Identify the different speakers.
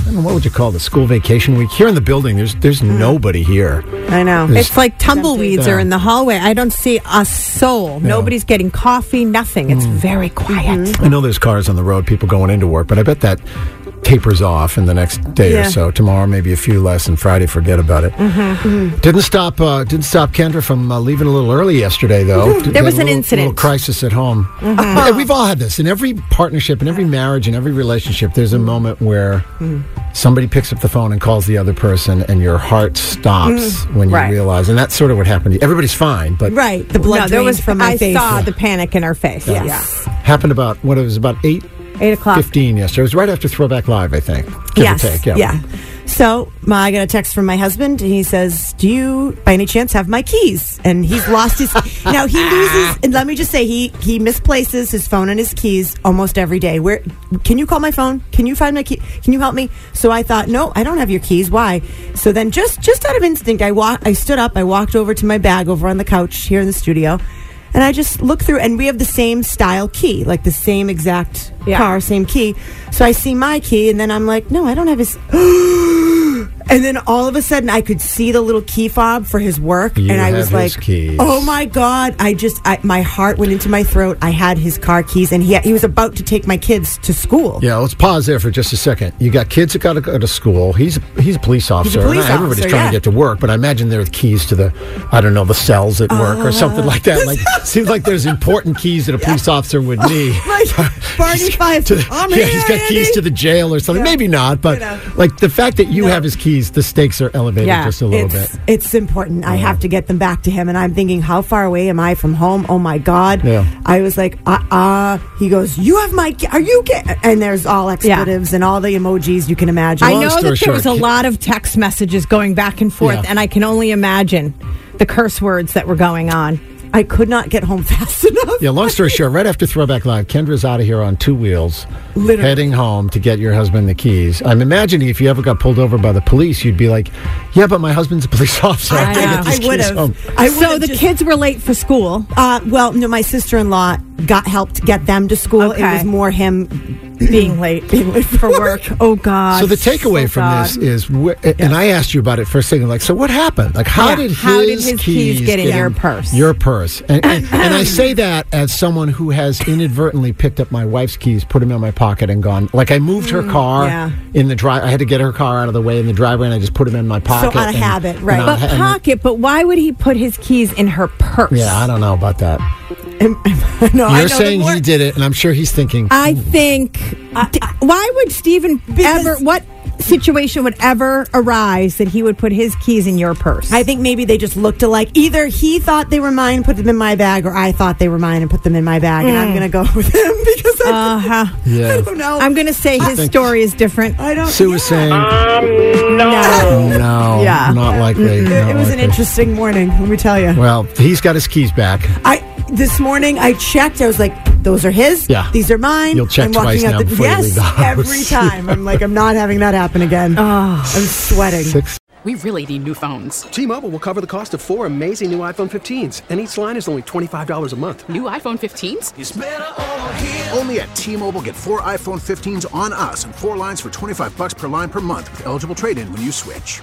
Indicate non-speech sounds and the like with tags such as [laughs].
Speaker 1: I don't know, what would you call the school vacation week? Here in the building, there's there's nobody here.
Speaker 2: I know.
Speaker 1: There's-
Speaker 2: It's like tumbleweeds are
Speaker 1: Yeah.
Speaker 2: in the hallway. I don't see a soul. Nobody's getting coffee, nothing. It's very quiet.
Speaker 1: I know there's cars on the road, people going into work, but I bet that tapers off in the next day
Speaker 2: Yeah. Mm-hmm.
Speaker 1: or so. Tomorrow, maybe a few less, and Friday, forget about it. Didn't stop. Uh, didn't stop Kendra from uh, leaving a little early yesterday, though.
Speaker 2: Mm-hmm. There was
Speaker 1: a
Speaker 2: an
Speaker 1: little-
Speaker 2: incident. Mm-hmm.
Speaker 1: little crisis at home. Yeah, we've all had this in every partnership, in every marriage, in every relationship. There's a moment where
Speaker 2: Mm-hmm.
Speaker 1: somebody picks up the phone and calls the other person, and your heart stops when you
Speaker 2: Mm-hmm. Right.
Speaker 1: realize. And that's sort of what happened. to you. Everybody's fine, but
Speaker 2: Right.
Speaker 3: The blood
Speaker 2: no, there
Speaker 3: drains
Speaker 2: was,
Speaker 3: from my
Speaker 2: I
Speaker 3: face.
Speaker 2: saw the panic in her face. Yes.
Speaker 1: happened about what it was about eight
Speaker 2: Eight o'clock.
Speaker 1: 15 yesterday. It was right after Throwback Live, I think. Give
Speaker 3: yes.
Speaker 1: or take. Yeah.
Speaker 3: So my, I got a text from my husband, and he says, "Do you, by any chance, have my keys?" And he's
Speaker 1: [laughs]
Speaker 3: lost his. now he loses. And let me just say, he he misplaces his phone and his keys almost every day. Where can you call my phone? Can you find my key? Can you help me? So I thought, no, I don't have your keys. Why? So then, just just out of instinct, I wa- I stood up. I walked over to my bag over on the couch here in the studio. And I just look through, and we have the same style key, like the same exact
Speaker 2: Yeah.
Speaker 3: car, same key. So I see my key, and then I'm like, no, I don't have his. [gasps] and then all of a sudden, I could see the little key fob for his work,
Speaker 1: You
Speaker 3: and I
Speaker 1: have
Speaker 3: was
Speaker 1: his
Speaker 3: like,
Speaker 1: keys.
Speaker 3: oh my god! I just, I, my heart went into my throat. I had his car keys, and he he was about to take my kids to school.
Speaker 1: Yeah, let's pause there for just a second. You got kids that got to go to school. He's he's a police officer.
Speaker 3: police
Speaker 1: and everybody's
Speaker 3: officer,
Speaker 1: trying
Speaker 3: yeah.
Speaker 1: to get to work, but I imagine they're the keys to the, I don't know, the cells at work
Speaker 3: Oh,
Speaker 1: or something like that. Like seems like there's important keys that a police officer would need. [laughs]
Speaker 3: Like Oh, Barney Fife,
Speaker 1: To the-
Speaker 3: I'm
Speaker 1: yeah,
Speaker 3: here,
Speaker 1: he's got keys
Speaker 3: Andy."
Speaker 1: to the jail or something. Maybe not, but
Speaker 3: You know.
Speaker 1: like the fact that you have his keys, the stakes are elevated
Speaker 2: Yeah,
Speaker 1: just a little
Speaker 3: it's,
Speaker 1: bit. Uh-huh.
Speaker 3: It's important. I have to get them back to him. And I'm thinking, how far away am I from home? Oh my God.
Speaker 1: Yeah.
Speaker 3: I was like, uh uh He goes, You have my, ki- are you, ki-? and there's all expletives and all the emojis you can imagine.
Speaker 2: I
Speaker 1: Long
Speaker 2: know that
Speaker 1: story
Speaker 2: there was a
Speaker 1: short, ki-
Speaker 2: lot of text messages going back and forth,
Speaker 1: Yeah.
Speaker 2: and I can only imagine the curse words that were going on.
Speaker 3: I could not get home [laughs] fast enough.
Speaker 1: [laughs] Yeah, long story short, right after Throwback Live, Kendra's out of here on two wheels,
Speaker 3: Literally.
Speaker 1: heading home to get your husband the keys. I'm imagining if you ever got pulled over by the police, you'd be like, "Yeah, but my husband's a police [laughs] officer.
Speaker 2: I
Speaker 1: can't
Speaker 2: know.
Speaker 1: get
Speaker 3: I
Speaker 1: these
Speaker 3: would
Speaker 1: keys
Speaker 3: have.
Speaker 1: home."
Speaker 3: I would
Speaker 2: So the
Speaker 3: kids.
Speaker 2: kids were late for school.
Speaker 3: Uh, well, no, my sister in law got helped get them to school. It
Speaker 2: Okay.
Speaker 3: was more him
Speaker 2: [clears throat] being late, being late for work. Oh God!
Speaker 1: So the takeaway
Speaker 2: Oh,
Speaker 1: from
Speaker 2: God.
Speaker 1: this is, where, and I asked you about it first thing, like, so what happened? Like, how
Speaker 2: Yeah,
Speaker 1: did his,
Speaker 2: how did his keys get in your purse?
Speaker 1: Your purse, and, and,
Speaker 2: [clears throat]
Speaker 1: and I say that as someone who has inadvertently picked up my wife's keys, put them in my pocket, and gone. Like, I moved her car
Speaker 2: Mm, yeah.
Speaker 1: in the drive. I had to get her car out of the way in the driveway, and I just put them in my pocket.
Speaker 3: out of
Speaker 1: and-
Speaker 3: habit,
Speaker 1: and
Speaker 3: right.
Speaker 1: out
Speaker 2: but
Speaker 1: of ha- and-
Speaker 2: pocket. But why would he put his keys in her purse?
Speaker 1: Yeah,
Speaker 2: [laughs]
Speaker 1: I don't know about that.
Speaker 2: Oh,
Speaker 3: no, I know
Speaker 1: You're
Speaker 3: the
Speaker 1: saying
Speaker 3: more-
Speaker 1: he did it, and I'm sure he's thinking.
Speaker 2: I think. d- why would Stephen
Speaker 3: Because-
Speaker 2: ever? What situation would ever arise that he would put his keys in your purse?
Speaker 3: I think maybe they just looked alike. Either he thought they were mine, put them in my bag, or I thought they were mine and put them in my bag. And
Speaker 2: Mm.
Speaker 3: I'm going to go [laughs] with him because I,
Speaker 2: Uh-huh. [laughs]
Speaker 1: Yeah.
Speaker 3: I don't know.
Speaker 2: I'm going to say his
Speaker 1: think-
Speaker 2: story is different.
Speaker 3: I don't.
Speaker 1: Sue was
Speaker 2: [laughs]
Speaker 3: yeah.
Speaker 1: saying,
Speaker 2: No.
Speaker 1: no,
Speaker 2: [laughs] Yeah.
Speaker 1: not likely.
Speaker 3: It,
Speaker 1: not
Speaker 3: it was an
Speaker 1: likely.
Speaker 3: interesting morning. Let me tell you.
Speaker 1: Well, he's got his keys back.
Speaker 3: I this morning I checked. I was like, "Those are his.
Speaker 1: Yeah.
Speaker 3: These are mine."
Speaker 1: You'll check
Speaker 3: I'm walking
Speaker 1: twice
Speaker 3: out
Speaker 1: now
Speaker 3: the,
Speaker 1: before you
Speaker 3: yes,
Speaker 1: leave the house.
Speaker 3: every time. I'm like, I'm not having that
Speaker 2: [laughs]
Speaker 3: happen
Speaker 2: Oh.
Speaker 3: again. I'm sweating.
Speaker 1: Six
Speaker 4: We really need new phones.
Speaker 5: T-Mobile will cover the cost of four amazing new iPhone 15s, and each line is only $25 a month.
Speaker 4: New iPhone 15s?
Speaker 6: Only at T-Mobile get four iPhone 15s on us and four lines for 25 bucks per line per month with eligible trade-in when you switch.